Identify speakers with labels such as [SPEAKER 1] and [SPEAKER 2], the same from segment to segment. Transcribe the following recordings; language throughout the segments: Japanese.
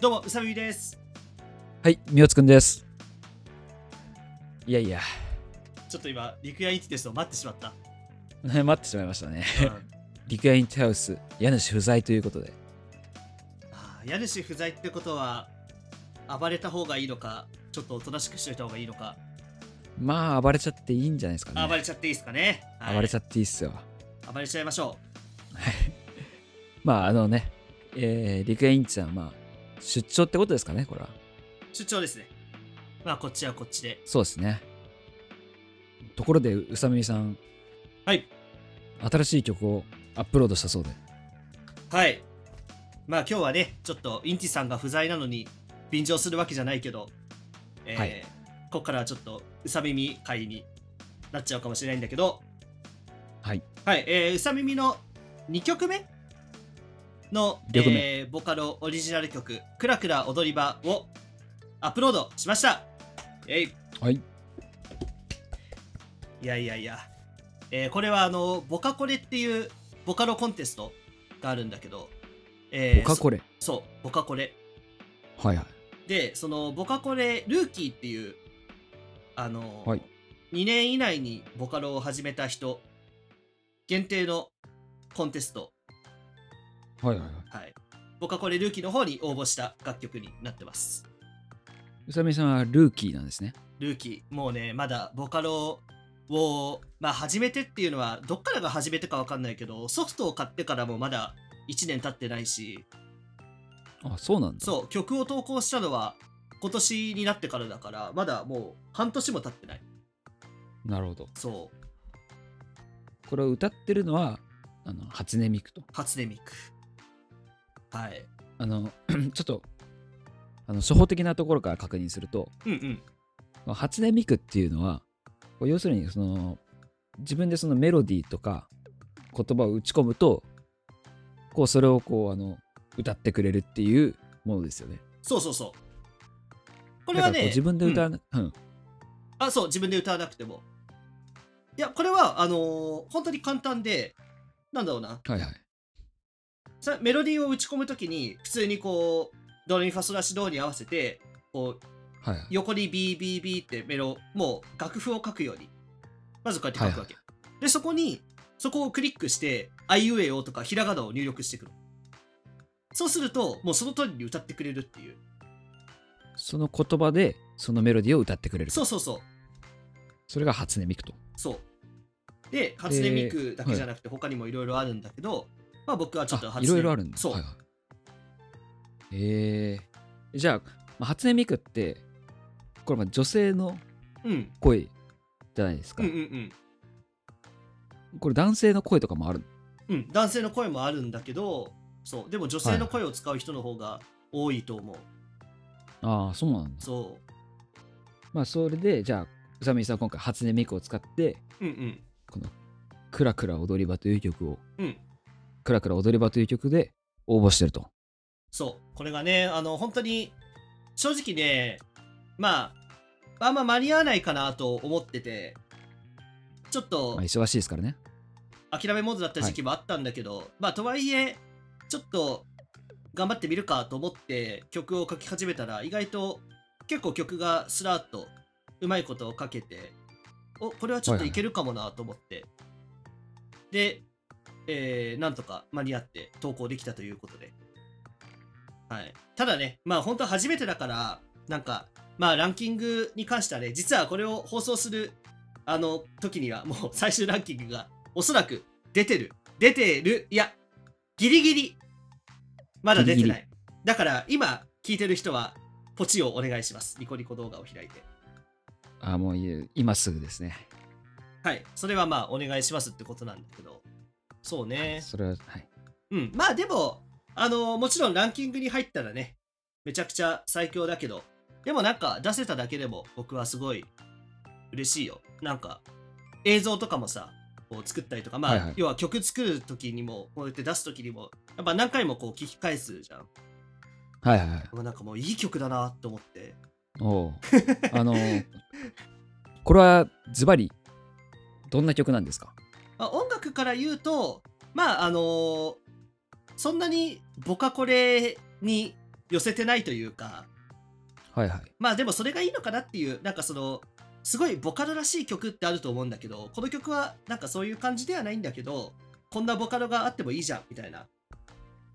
[SPEAKER 1] どうも、うさみです。
[SPEAKER 2] はい、みおつくんです。いやいや、
[SPEAKER 1] ちょっと今、リクヤインティテストを待ってしまった。
[SPEAKER 2] 待ってしまいましたね。
[SPEAKER 1] うん
[SPEAKER 2] リクエインハウス、家主不在ということで。
[SPEAKER 1] あー家主不在ってことは、暴れた方がいいのか、ちょっとおとなしくしといた方がいいのか、
[SPEAKER 2] まあ、暴れちゃっていいんじゃないですかね。
[SPEAKER 1] 暴れちゃっていいですかね。はい
[SPEAKER 2] 暴れちゃっていいっすよ。
[SPEAKER 1] 暴れちゃいましょ
[SPEAKER 2] まあ、あのね、えー、リクエインちゃんは、まあ、出張ってことですかね、これは。
[SPEAKER 1] う。出張ですね。まあ、こっちはこっちで。
[SPEAKER 2] そうですね。ところで、うさみさん、
[SPEAKER 1] はい。
[SPEAKER 2] 新しい曲をアップロードしたそうで。
[SPEAKER 1] はい。まあ、今日はね、ちょっとインティさんが不在なのに、便乗するわけじゃないけど、えー
[SPEAKER 2] はい
[SPEAKER 1] ここからはちょっと、うさ耳会になっちゃうかもしれないんだけど、
[SPEAKER 2] はい。
[SPEAKER 1] はい、えー、うさ耳の2曲目の
[SPEAKER 2] 二曲目
[SPEAKER 1] えーボカロオリジナル曲「くらくら踊り場」をアップロードしましたえい
[SPEAKER 2] はい。
[SPEAKER 1] いやいやいや、えーこれはあのボカコレっていうボカロコンテストがあるんだけど、え
[SPEAKER 2] ボカコレ。
[SPEAKER 1] そそうボカコレ
[SPEAKER 2] はいはい。
[SPEAKER 1] でそのボカコレルーキーっていうあの、
[SPEAKER 2] はい
[SPEAKER 1] 2年以内にボカロを始めた人限定のコンテスト
[SPEAKER 2] はいはいはい。
[SPEAKER 1] はい。僕はこれルーキーの方に応募した楽曲になってます。
[SPEAKER 2] うさみさんはルーキーなんですね。
[SPEAKER 1] ルーキー、もうね、まだボカロを、まあ、始めてっていうのは、どっからが始めてかわかんないけど、ソフトを買ってからもまだ1年経ってないし、
[SPEAKER 2] あ、そうなんだ。
[SPEAKER 1] そう、曲を投稿したのは今年になってからだから、まだもう半年も経ってない。
[SPEAKER 2] なるほど。
[SPEAKER 1] そう、
[SPEAKER 2] これを歌ってるのはあの初音ミクと
[SPEAKER 1] 初音ミク。はい。
[SPEAKER 2] あの ちょっとあの初歩的なところから確認すると
[SPEAKER 1] うんうん。
[SPEAKER 2] 初音ミクっていうのはこう要するにその自分でそのメロディーとか言葉を打ち込むとこうそれをこうあの歌ってくれるっていうものですよね。
[SPEAKER 1] そうそうそう。こ
[SPEAKER 2] こ
[SPEAKER 1] れはね、
[SPEAKER 2] 自分で歌
[SPEAKER 1] うん
[SPEAKER 2] わな、うん
[SPEAKER 1] あそう自分で歌わなくてもいやこれはあのー本当に簡単でなんだろうな
[SPEAKER 2] はいはい。
[SPEAKER 1] さメロディーを打ち込むときに普通にこうドレミファソラシドに合わせてこう
[SPEAKER 2] はいはい、
[SPEAKER 1] 横に BBB ってメロもう楽譜を書くようにまずこうやって書くわけ、でそこにそこをクリックしてあいうえおとかひらがなを入力してくるそうするともうその通りに歌ってくれるっていう
[SPEAKER 2] その言葉でそのメロディーを歌ってくれる
[SPEAKER 1] そうそうそう
[SPEAKER 2] それが初音ミクと。
[SPEAKER 1] そう。で、初音ミクだけじゃなくて、他にもいろいろあるんだけど、まあ僕はちょっと
[SPEAKER 2] あ
[SPEAKER 1] 初
[SPEAKER 2] い
[SPEAKER 1] 音
[SPEAKER 2] ろいろあるんだ
[SPEAKER 1] そう、
[SPEAKER 2] はいはいえー、じゃあまあ初音ミクってこれまあ女性の
[SPEAKER 1] うん。
[SPEAKER 2] 声じゃないですか、
[SPEAKER 1] うんうん
[SPEAKER 2] これ男性の声とかもある
[SPEAKER 1] うん。うん。男性の声もあるんだけど、そう。でも女性の声を使う人の方が多いと思う。
[SPEAKER 2] ああそうなんだ
[SPEAKER 1] そ
[SPEAKER 2] まあそれでじゃあ宇佐美さんは今回初音ミクを使って
[SPEAKER 1] う。うん
[SPEAKER 2] この「クラクラ踊り場」という曲を
[SPEAKER 1] うん。うん。
[SPEAKER 2] 「クラクラ踊り場」という曲で応募してると
[SPEAKER 1] そう。これがね、あの、本当に、正直ね、まあ、あんま間に合わないかなと思ってて、ちょっと
[SPEAKER 2] まあ、忙しいですからね
[SPEAKER 1] 諦めモードだった時期もあったんだけど、まあとはいえちょっと頑張ってみるかと思って曲を書き始めたら意外と結構曲がスラーっとうまいことをかけておこれはちょっといけるかもなと思って、で、えーなんとか間に合って投稿できたということで、はい、ただねまあ本当初めてだからなんかまあランキングに関してはね実はこれを放送するあの時にはもう最終ランキングがおそらく出てる。出てる。いや、ギリギリ。まだ出てない。
[SPEAKER 2] ギリギ
[SPEAKER 1] だから今聞いてる人はポチをお願いします。ニコニコ動画を開いて。
[SPEAKER 2] ああもうい今すぐですね、
[SPEAKER 1] はい。それはまあお願いしますってことなんだけど。そうね。
[SPEAKER 2] それははい
[SPEAKER 1] うん。まあでも、あのもちろんランキングに入ったらね、めちゃくちゃ最強だけど、でもなんか出せただけでも僕はすごい嬉しいよ。なんか映像とかもさ、こう作ったりとか、まあ、
[SPEAKER 2] はいはい
[SPEAKER 1] 要は曲作る時にも、こうやって出す時にも、やっぱ何回もこう聞き返すじゃん。
[SPEAKER 2] はいはいはい
[SPEAKER 1] もうなんかもういい曲だなと思って。
[SPEAKER 2] おうあのこれはズバリどんな曲なんですか
[SPEAKER 1] まあ、音楽から言うとまああのそんなにボカコレに寄せてないというか
[SPEAKER 2] はいはい。
[SPEAKER 1] まあでもそれがいいのかなっていうなんかそのすごいボカロらしい曲ってあると思うんだけどこの曲はなんかそういう感じではないんだけどこんなボカロがあってもいいじゃんみたいな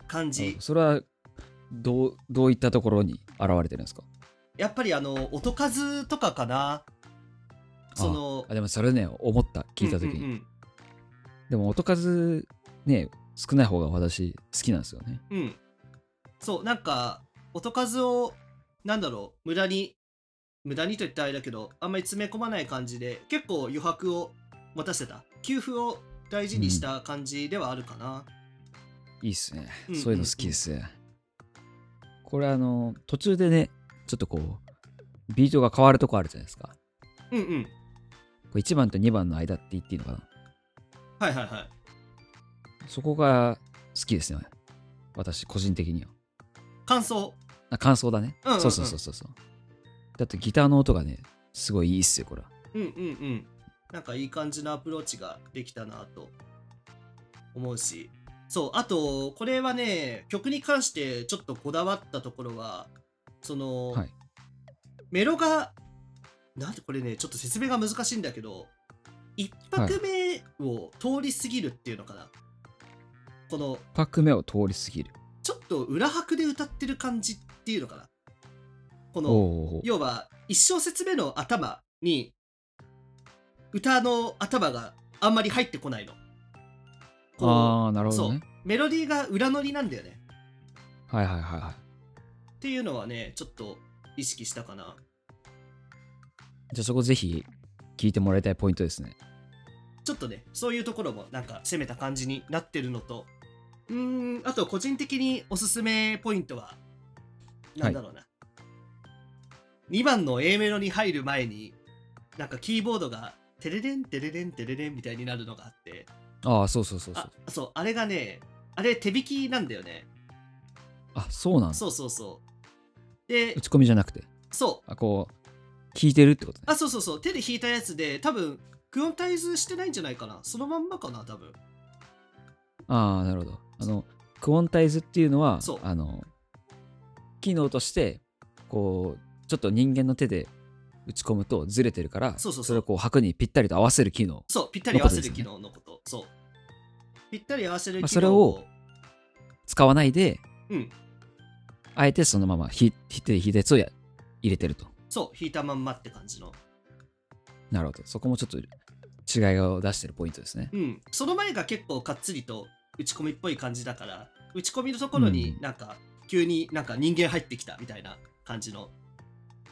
[SPEAKER 1] 感
[SPEAKER 2] なるほ
[SPEAKER 1] じ
[SPEAKER 2] どそれはどうどういったところに現れてるんですか
[SPEAKER 1] やっぱりあの音数とかかなその
[SPEAKER 2] あでもそれね思った聞いた時に、
[SPEAKER 1] うんうん
[SPEAKER 2] でも音数ね少ない方が私好きなんですよね
[SPEAKER 1] うん、うんそうなんか音数をなんだろう無駄に無駄にと言ったらあれだけどあんまり詰め込まない感じで結構余白を持たせた給付を大事にした感じではあるかな、
[SPEAKER 2] いいっすね、
[SPEAKER 1] うんうん
[SPEAKER 2] そういうの好きです、これあの途中でねちょっとこうビートが変わるとこあるじゃないですか
[SPEAKER 1] うん、うんうん
[SPEAKER 2] これ1番と2番の間って言っていいのかな
[SPEAKER 1] はいはいはい
[SPEAKER 2] そこが好きですね私個人的には
[SPEAKER 1] 感想
[SPEAKER 2] あ感想だね、
[SPEAKER 1] うんうんうん
[SPEAKER 2] そうそうそうそうそうだってギターの音がねすごいいいっすよこれは
[SPEAKER 1] うんうんうんなんかいい感じのアプローチができたなと思うしそうあとこれはね曲に関してちょっとこだわったところはその、
[SPEAKER 2] はい
[SPEAKER 1] メロがなんでこれねちょっと説明が難しいんだけど一拍目を通り過ぎるっていうのかな、この
[SPEAKER 2] パック目を通り過ぎる
[SPEAKER 1] ちょっと裏拍で歌ってる感じっていうのかなこの
[SPEAKER 2] おお
[SPEAKER 1] 要は1小節目の頭に歌の頭があんまり入ってこないの。こ
[SPEAKER 2] ああーなるほどね
[SPEAKER 1] うメロディーが裏乗りなんだよね。
[SPEAKER 2] はいはいはいはい
[SPEAKER 1] っていうのはねちょっと意識したかな。
[SPEAKER 2] じゃあそこぜひ聞いてもらいたいポイントですね。
[SPEAKER 1] ちょっとねそういうところもなんか攻めた感じになってるのとうーんあと個人的におすすめポイントはなんだろうな、2番の A メロに入る前になんかキーボードが「テレレンテレレンテレレン」みたいになるのがあって。
[SPEAKER 2] ああ、そうそうそうそう
[SPEAKER 1] あ。そうあれがねあれ手引きなんだよね
[SPEAKER 2] あそうなんだ。
[SPEAKER 1] そうそうそうで
[SPEAKER 2] 打ち込みじゃなくて、
[SPEAKER 1] そう
[SPEAKER 2] あこう、聞いてるってことね。
[SPEAKER 1] あそうそうそう手で引いたやつで多分クオンタイズしてないんじゃないかなそのまんまかな多分
[SPEAKER 2] ああ、なるほど。あの、クオンタイズっていうのは
[SPEAKER 1] そう、
[SPEAKER 2] あの、機能として、こう、ちょっと人間の手で打ち込むとずれてるから、
[SPEAKER 1] そうそうそう
[SPEAKER 2] れをこう、拍にぴったりと合わせる機能。
[SPEAKER 1] そうぴったり合わせ
[SPEAKER 2] の
[SPEAKER 1] る
[SPEAKER 2] ことです
[SPEAKER 1] 機
[SPEAKER 2] よ
[SPEAKER 1] 能のことそうぴったり合わせる機能
[SPEAKER 2] まあそれを使わないで、
[SPEAKER 1] うん
[SPEAKER 2] あえてそのままひひ手で弾いたやつをや入れてると。
[SPEAKER 1] そう引いたまんまって感じの
[SPEAKER 2] なるほど。そこもちょっと違いを出してるポイントですね。
[SPEAKER 1] うんその前が結構かっつりと打ち込みっぽい感じだから打ち込みのところに
[SPEAKER 2] うん
[SPEAKER 1] なんか急になんか人間入ってきたみたいな感じの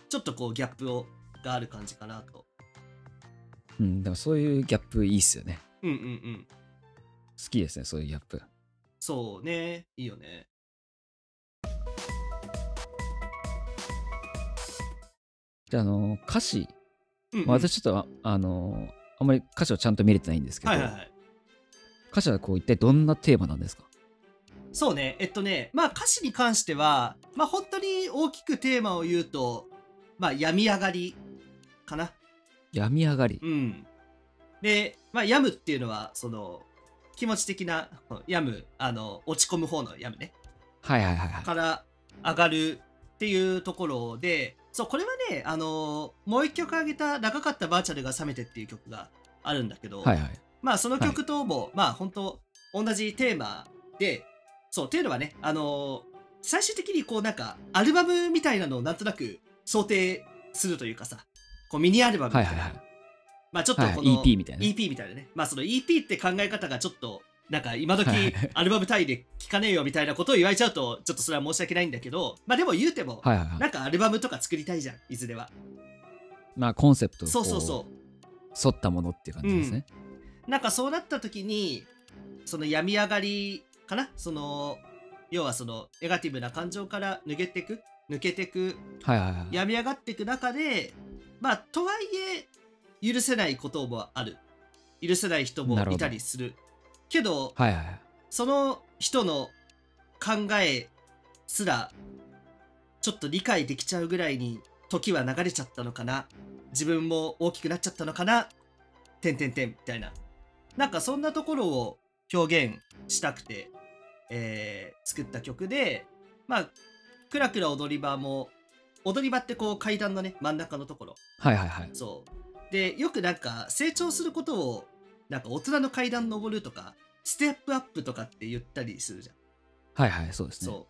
[SPEAKER 1] ちょっとこうギャップをがある感じかなと
[SPEAKER 2] うん、でもそういうギャップいいっすよね。
[SPEAKER 1] うんうんうん
[SPEAKER 2] 好きですね、そういうギャップ。
[SPEAKER 1] そうね、いいよね。
[SPEAKER 2] じゃあ、あの歌詞、
[SPEAKER 1] うんうん
[SPEAKER 2] まあ、私ちょっとあ、あのあんまり歌詞をちゃんと見れてないんですけど、
[SPEAKER 1] はいはいはい。
[SPEAKER 2] 歌詞はこう一体どんなテーマなんですか
[SPEAKER 1] そうね、えっとね、まあ歌詞に関しては、まあ本当に大きくテーマを言うと、まあ病み上がりかな。
[SPEAKER 2] 病み上がり
[SPEAKER 1] う。ん。で、まあ病むっていうのは、その、気持ち的な病む、あの、落ち込む方の病むね。
[SPEAKER 2] はいはいはいは
[SPEAKER 1] から上がるっていうところで、そう、これはね、あの、もう一曲あげた長かったバーチャルが冷めてっていう曲があるんだけど、
[SPEAKER 2] い。はいはい。
[SPEAKER 1] まあその曲とも、まあ本当同じテーマでそうっていうのはねあのー最終的にこうなんかアルバムみたいなのをなんとなく想定するというかさこうミニアルバムみ
[SPEAKER 2] は
[SPEAKER 1] た
[SPEAKER 2] い
[SPEAKER 1] いな、
[SPEAKER 2] はいはい。
[SPEAKER 1] まあちょっと
[SPEAKER 2] はい
[SPEAKER 1] この、
[SPEAKER 2] EP みたいな。
[SPEAKER 1] EP みたいなねまあその EP って考え方がちょっとなんか今時
[SPEAKER 2] はいはい
[SPEAKER 1] アルバム単位で聴かねえよみたいなことを言われちゃうとちょっとそれは申し訳ないんだけどまあでも言うても、
[SPEAKER 2] はいはいは。
[SPEAKER 1] ないんかアルバムとか作りたいじゃんいずれは
[SPEAKER 2] まあ、コンセプトを
[SPEAKER 1] そうそうそう
[SPEAKER 2] こう沿ったものっていう感じですね。
[SPEAKER 1] なんかそうなった時にその病み上がりかなその要はそのネガティブな感情から抜けてく抜けてく
[SPEAKER 2] はいはいはい。
[SPEAKER 1] 病み上がっていく中でまあとはいえ許せないこともある許せない人も
[SPEAKER 2] なるほ
[SPEAKER 1] い
[SPEAKER 2] ど
[SPEAKER 1] たりするけど
[SPEAKER 2] はいはいはい。
[SPEAKER 1] その人の考えすらちょっと理解できちゃうぐらいに時は流れちゃったのかな自分も大きくなっちゃったのかなてんてんてんみたいななんかそんなところを表現したくて、えー作った曲でまあクラクラ踊り場も踊り場ってこう階段のね真ん中のところ
[SPEAKER 2] はいはいはい。
[SPEAKER 1] そうでよくなんか成長することをなんか大人の階段登るとかステップアップとかって言ったりするじゃん、
[SPEAKER 2] はいはい、そうですね。
[SPEAKER 1] そ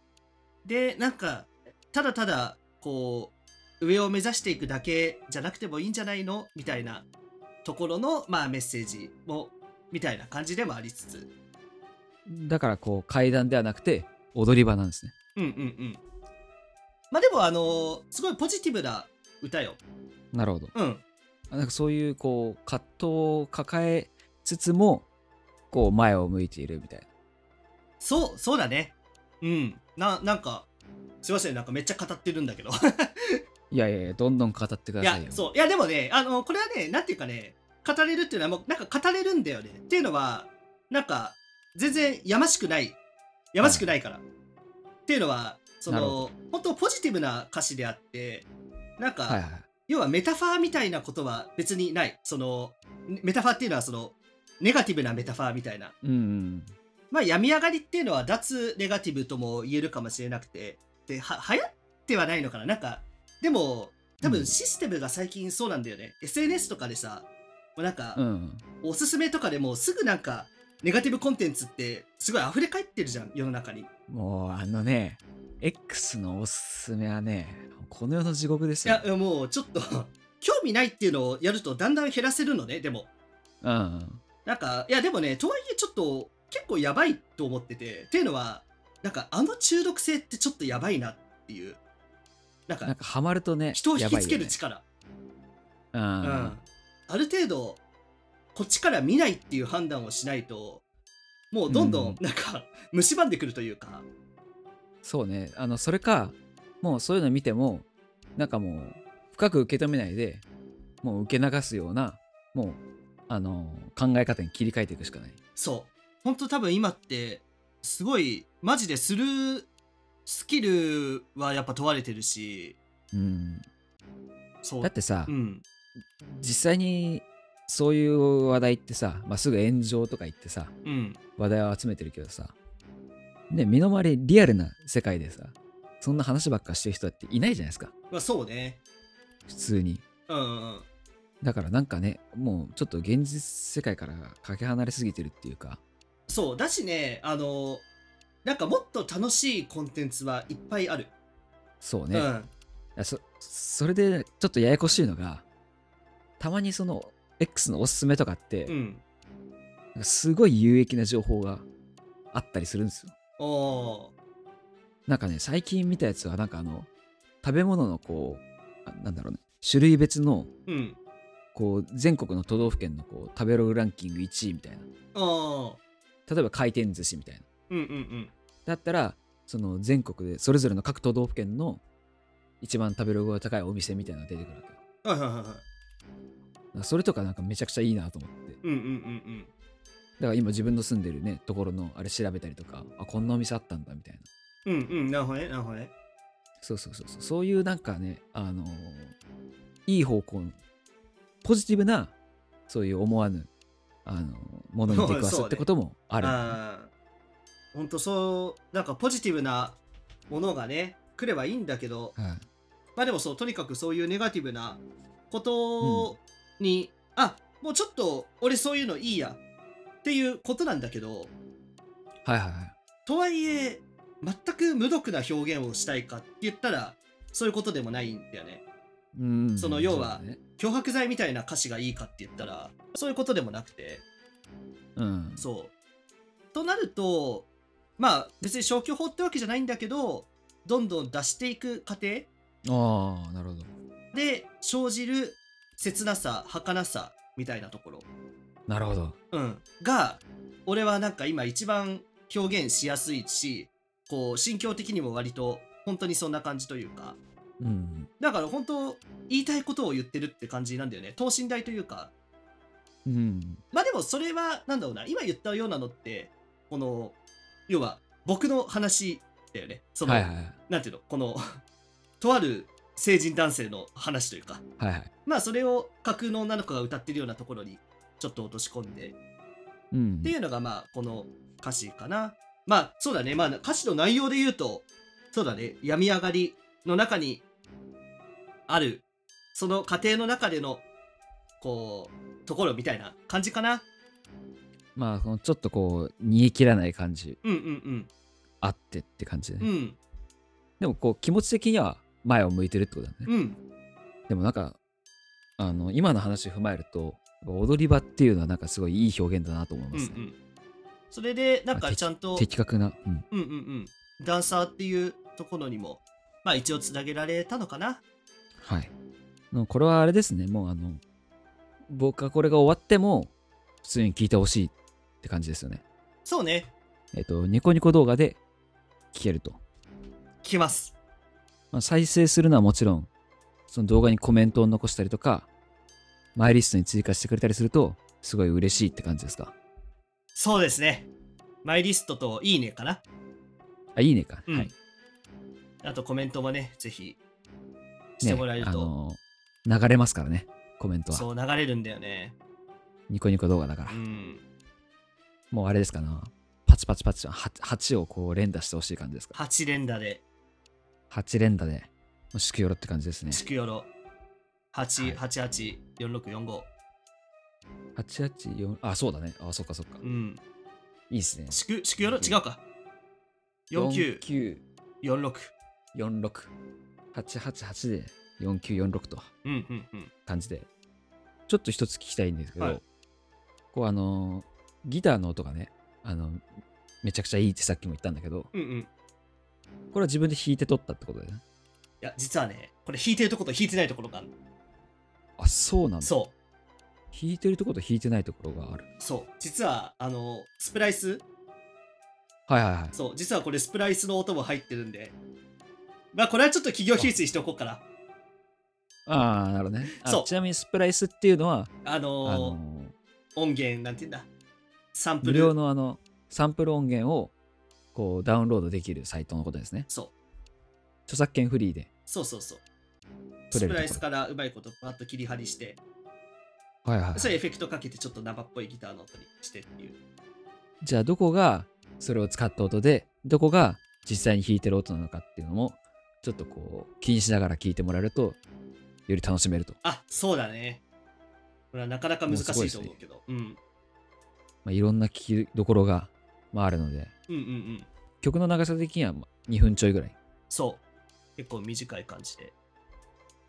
[SPEAKER 1] うでなんかただただこう上を目指していくだけじゃなくてもいいんじゃないのみたいなところのまあメッセージもみたいな感じでもありつつ
[SPEAKER 2] だからこう階段ではなくて踊り場なんですね。
[SPEAKER 1] うんうんうんまあでもあのすごいポジティブな歌よ
[SPEAKER 2] なるほど。
[SPEAKER 1] うん
[SPEAKER 2] あなんかそういうこう葛藤を抱えつつもこう前を向いているみたいな。
[SPEAKER 1] そう、そうだね。うん。な、なんか、すいません、なんかめっちゃ語ってるんだけど。
[SPEAKER 2] いやいやいや、どんどん語ってくだ
[SPEAKER 1] い
[SPEAKER 2] さ
[SPEAKER 1] や
[SPEAKER 2] いよ。、
[SPEAKER 1] そう。いや、でもね、あの、これはね、なんていうかね、語れるっていうのは、もう、なんか語れるんだよね。っていうのは、なんか、全然やましくない。やましくないから。っていうのは、そ
[SPEAKER 2] なる
[SPEAKER 1] の、本当ポジティブな歌詞であって、なんか、
[SPEAKER 2] はいはいはい。
[SPEAKER 1] 要はメタファーみたいなことは別にない。その、メタファーっていうのは、その、ネガティブなメタファーみたいな。
[SPEAKER 2] うんうん。
[SPEAKER 1] まあ、病み上がりっていうのは脱ネガティブとも言えるかもしれなくて、で、は、流行ってはないのかななんか、でも、多
[SPEAKER 2] う
[SPEAKER 1] 分
[SPEAKER 2] ん
[SPEAKER 1] システムが最近そうなんだよね。SNS とかでさ、もうなんか、
[SPEAKER 2] うんうん。
[SPEAKER 1] おすすめとかでもうすぐなんか、ネガティブコンテンツってすごい溢れ返ってるじゃん、世の中に。
[SPEAKER 2] もうあのね、X のおすすめはね、この世の地獄です
[SPEAKER 1] い
[SPEAKER 2] よ
[SPEAKER 1] や。、もうちょっと、 興味ないっていうのをやるとだんだん減らせるのね、でも。
[SPEAKER 2] うんうん。
[SPEAKER 1] なんか、いやでもね、とはいえちょっと結構やばいと思ってて、っていうのは、なんかあの中毒性ってちょっとやばいなっていう。なんか
[SPEAKER 2] なん、かハマるとね、
[SPEAKER 1] 人を引きつける
[SPEAKER 2] や
[SPEAKER 1] 力、
[SPEAKER 2] ば
[SPEAKER 1] う
[SPEAKER 2] いよね。うん
[SPEAKER 1] ん、ある程度こっちから見ないっていう判断をしないともうどんどんなんか、 蝕んでくるというか
[SPEAKER 2] そうねあのそれかもうそういうの見てもなんかもう深く受け止めないでもう受け流すようなもうあの考え方に切り替えていくしかない
[SPEAKER 1] そう本当多分今ってすごいマジでするスキルはやっぱ問われてるし
[SPEAKER 2] うん
[SPEAKER 1] そう
[SPEAKER 2] だってさ、
[SPEAKER 1] うん
[SPEAKER 2] 実際にそういう話題ってさ、まあ、すぐ炎上とか言ってさ
[SPEAKER 1] うん
[SPEAKER 2] 話題を集めてるけどさね身の回りリアルな世界でさそんな話ばっかしてる人だっていないじゃないですか
[SPEAKER 1] まあそうね
[SPEAKER 2] 普通に
[SPEAKER 1] うんうんうん
[SPEAKER 2] だからなんかねもうちょっと現実世界からかけ離れすぎてるっていうか
[SPEAKER 1] そうだしねあのなんかもっと楽しいコンテンツはいっぱいある、
[SPEAKER 2] そうね、
[SPEAKER 1] うん
[SPEAKER 2] いやそそれでちょっとややこしいのがたまにその X のおすすめとかって、
[SPEAKER 1] うん
[SPEAKER 2] なんかすごい有益な情報があったりするんですよ
[SPEAKER 1] おお
[SPEAKER 2] なんかね最近見たやつはなんかあの食べ物のこうあなんだろうね種類別の
[SPEAKER 1] ーうん
[SPEAKER 2] こう全国の都道府県のこう食べログランキング1位みたいな
[SPEAKER 1] おお
[SPEAKER 2] 例えば回転寿司みたいな
[SPEAKER 1] うんうんうん
[SPEAKER 2] だったらその全国でそれぞれの各都道府県の一番食べログが高いお店みたいなのが出てくるわけよ
[SPEAKER 1] はいはいはいはい
[SPEAKER 2] だからそれとかなんかめちゃくちゃいいなと思って
[SPEAKER 1] うんうんうん
[SPEAKER 2] だから今自分の住んでるねところのあれ調べたりとかあこんなお店あったんだみたいな
[SPEAKER 1] うんうんうんなるほどねなるほどね
[SPEAKER 2] そうそうそうそうそういうなんかねあのーいい方向ポジティブなそういう思わぬあのーものに出くわ す
[SPEAKER 1] そうね
[SPEAKER 2] ってこともある、
[SPEAKER 1] あーほんとそうなんかポジティブなものがね来ればいいんだけど
[SPEAKER 2] はい
[SPEAKER 1] まあでもそうとにかくそういうネガティブなことに、あもうちょっと俺そういうのいいやっていうことなんだけど
[SPEAKER 2] はいはいはい
[SPEAKER 1] とはいえ全く無毒な表現をしたいかって言ったらそういうことでもないんだよね
[SPEAKER 2] うん
[SPEAKER 1] その要は
[SPEAKER 2] そうだね
[SPEAKER 1] 漂白剤みたいな歌詞がいいかって言ったらそういうことでもなくて
[SPEAKER 2] うん
[SPEAKER 1] そう。となると、まあ別に消去法ってわけじゃないんだけど、どんどん出していく過程
[SPEAKER 2] ああなるほど
[SPEAKER 1] で生じる切なさ、儚さみたいなところ、
[SPEAKER 2] なるほど
[SPEAKER 1] うん、が、俺はなんか今一番表現しやすいし、こう、心境的にも割と本当にそんな感じというか、
[SPEAKER 2] うん
[SPEAKER 1] だから本当言いたいことを言ってるって感じなんだよね。等身大というか、
[SPEAKER 2] うん
[SPEAKER 1] まあでもそれはなんだろうな今言ったようなのってこの要は僕の話だよねその、
[SPEAKER 2] はいはいはい
[SPEAKER 1] なんていうのこの とある成人男性の話というか
[SPEAKER 2] はいはい
[SPEAKER 1] まあそれを架空の女の子が歌ってるようなところにちょっと落とし込んでっ
[SPEAKER 2] うん
[SPEAKER 1] ていうのがまあこの歌詞かなまあそうだねまあ歌詞の内容で言うとそうだね、病み上がりの中にある、その過程の中での、こう、ところみたいな感じかな。
[SPEAKER 2] まあそのちょっとこう煮え切らない感じ
[SPEAKER 1] うんうん
[SPEAKER 2] あってって感じで、
[SPEAKER 1] うん。うん
[SPEAKER 2] でもこう気持ち的には前を向いてるってことだね、
[SPEAKER 1] うん。
[SPEAKER 2] でもなんかあの今の話踏まえると踊り場っていうのはなんかすごいいい表現だなと思い
[SPEAKER 1] うんう
[SPEAKER 2] ますね、
[SPEAKER 1] ん。それで、なん
[SPEAKER 2] あ
[SPEAKER 1] か
[SPEAKER 2] て
[SPEAKER 1] ちゃんと、
[SPEAKER 2] 的確な、うん、
[SPEAKER 1] うんうんうん。ダンサーっていうところにも、まあ一応つなげられたのかな。
[SPEAKER 2] はいのこれはあれですねもうあの僕はこれが終わっても普通に聞いてほしいって感じですよね
[SPEAKER 1] そうね、
[SPEAKER 2] えっ、とニコニコ動画で聞けると、
[SPEAKER 1] 聞きます。
[SPEAKER 2] まあ、再生するのはもちろんその動画にコメントを残したりとかマイリストに追加してくれたりするとすごい嬉しいって感じですか
[SPEAKER 1] そうですね。マイリストといいねかな。
[SPEAKER 2] あいいねか、
[SPEAKER 1] うん
[SPEAKER 2] はい
[SPEAKER 1] あとコメントもね、ぜひしてもらえる
[SPEAKER 2] ねあ
[SPEAKER 1] と、
[SPEAKER 2] の流れますからねコメントは
[SPEAKER 1] そう流れるんだよね。
[SPEAKER 2] ニコニコ動画だから、
[SPEAKER 1] うん。
[SPEAKER 2] もうあれですかなパチパチパチは 8, 8をこう連打してほしい感じですか
[SPEAKER 1] 8連打で、
[SPEAKER 2] 8連打でもう祝よろって感じですね
[SPEAKER 1] 宿よろ。8、8、8、4、6、4、5。
[SPEAKER 2] 884あそうだねあそっかそっか、
[SPEAKER 1] う
[SPEAKER 2] い
[SPEAKER 1] ん。
[SPEAKER 2] いですね
[SPEAKER 1] 宿、宿よろ違うか。4、9、4、6。
[SPEAKER 2] 4946888で4946と
[SPEAKER 1] うんうんうん。
[SPEAKER 2] 感じでちょっと一つ聞きたいんですけど、
[SPEAKER 1] はい
[SPEAKER 2] こうあのーギターの音がねあのめちゃくちゃいいってさっきも言ったんだけど
[SPEAKER 1] うんうん。い
[SPEAKER 2] これは自分で弾いて撮ったってことだよね
[SPEAKER 1] や、実はね、これ弾いてるとこと弾いてないところがある。
[SPEAKER 2] あそうなんだ
[SPEAKER 1] そ
[SPEAKER 2] 弾いてるところと弾いてないところがある
[SPEAKER 1] う、そう。実は、あの、スプライス、
[SPEAKER 2] はいはいはい
[SPEAKER 1] そう、実はこれスプライスの音も入ってるんで、まあ、これはちょっと企業秘密にしておこうかな。
[SPEAKER 2] ああなるほどねあ
[SPEAKER 1] そう
[SPEAKER 2] ちなみにスプライスっていうのは
[SPEAKER 1] あのー
[SPEAKER 2] あの
[SPEAKER 1] 音源なんて言うんだサンプ
[SPEAKER 2] 無
[SPEAKER 1] ル
[SPEAKER 2] 料のあのサンプル音源をこうダウンロードできるサイトのことですね
[SPEAKER 1] そう
[SPEAKER 2] 著作権フリーで
[SPEAKER 1] そうそうそう
[SPEAKER 2] 取
[SPEAKER 1] スプ
[SPEAKER 2] れるところ
[SPEAKER 1] ライスからうまいことパッと切り張りして
[SPEAKER 2] はいはい
[SPEAKER 1] それエフェクトかけてちょっと生っぽいギターの音にしてっていう
[SPEAKER 2] じゃあどこがそれを使った音でどこが実際に弾いてる音なのかっていうのもちょっとこう気にしながら聞いてもらえるとより楽しめると、
[SPEAKER 1] あそうだねこれはなかなか難しいと思うけど、うん
[SPEAKER 2] まあ、いろんな聞きどころが、まあ、あるので
[SPEAKER 1] うんうんうん
[SPEAKER 2] 曲の長さ的にはまあ2分ちょいぐらい
[SPEAKER 1] そう結構短い感じで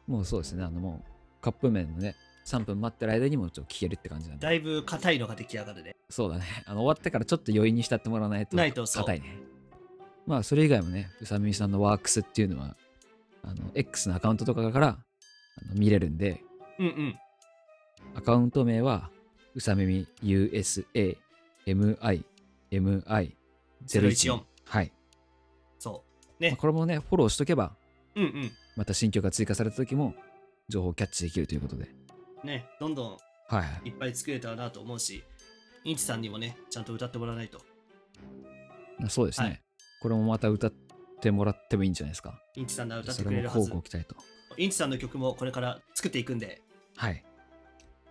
[SPEAKER 2] もうそうですねあのもうカップ麺のね3分待ってる間にもちょっと聞けるって感じなんで
[SPEAKER 1] だいぶ硬いのが出来上がるね
[SPEAKER 2] そうだねあの終わってからちょっと余韻に浸ってもらわないと
[SPEAKER 1] ないとそう
[SPEAKER 2] 硬いねまあそれ以外もねうさみみさんのワークスっていうのはあの X のアカウントとかからあの見れるんで
[SPEAKER 1] うんうん
[SPEAKER 2] アカウント名は、うさみみ USAMIMI014。
[SPEAKER 1] 014
[SPEAKER 2] はい。
[SPEAKER 1] そう
[SPEAKER 2] まあこれもね、フォローしとけば、
[SPEAKER 1] うんうん
[SPEAKER 2] また新曲が追加された時も、情報をキャッチできるということで。
[SPEAKER 1] ねどんどん
[SPEAKER 2] はいはい
[SPEAKER 1] いっぱい作れたらなと思うしインチさんにもねちゃんと歌ってもらわないと
[SPEAKER 2] まあ。そうですね、
[SPEAKER 1] はい
[SPEAKER 2] これもまた歌ってもらってもいいんじゃないですか。
[SPEAKER 1] インチさんなら歌っ
[SPEAKER 2] そ
[SPEAKER 1] てくれ
[SPEAKER 2] れ
[SPEAKER 1] る
[SPEAKER 2] も
[SPEAKER 1] は
[SPEAKER 2] 交
[SPEAKER 1] ず
[SPEAKER 2] 互期待と。
[SPEAKER 1] インチさんの曲もこれから作っていくんで
[SPEAKER 2] はい。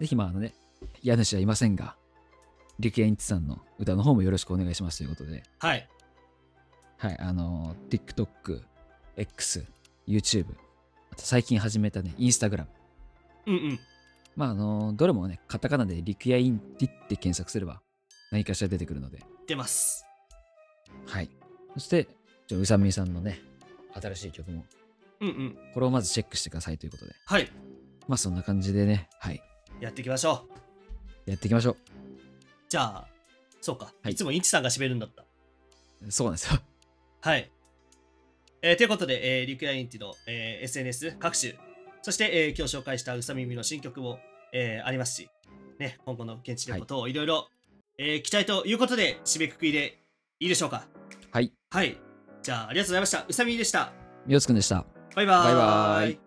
[SPEAKER 2] ぜひ、まあ、あのね、家主はいませんが、リクエインチさんの歌の方もよろしくお願いしますということで。
[SPEAKER 1] はい
[SPEAKER 2] はい、あの、TikTok、X、YouTube、あと最近始めたね、Instagram。
[SPEAKER 1] うんうん
[SPEAKER 2] まあ、あの、どれもね、カタカナでリクヤインティって検索すれば、何かしら出てくるので、
[SPEAKER 1] 出ます
[SPEAKER 2] はい。そして、ちょうさみさんのね、新しい曲も、
[SPEAKER 1] うんうん
[SPEAKER 2] これをまずチェックしてくださいということで、
[SPEAKER 1] はい
[SPEAKER 2] まあ、そんな感じでね、はい、
[SPEAKER 1] やっていきましょう
[SPEAKER 2] やっていきましょ
[SPEAKER 1] じゃあそうか、
[SPEAKER 2] はい
[SPEAKER 1] い、つもインチさんが締めるんだった
[SPEAKER 2] う。そうなんですよ。
[SPEAKER 1] はいえーということで、えーリクラインティの、えー SNS 各種そして、えー今日紹介したうさ耳の新曲も、えーありますし、ね、今後の現地のことをいろいろえー期待ということで締めくくりでいいでしょうか
[SPEAKER 2] はい、
[SPEAKER 1] はいじゃあありがとうございましたうさみでした
[SPEAKER 2] みよつくんでした。
[SPEAKER 1] バイバー
[SPEAKER 2] バイバーイ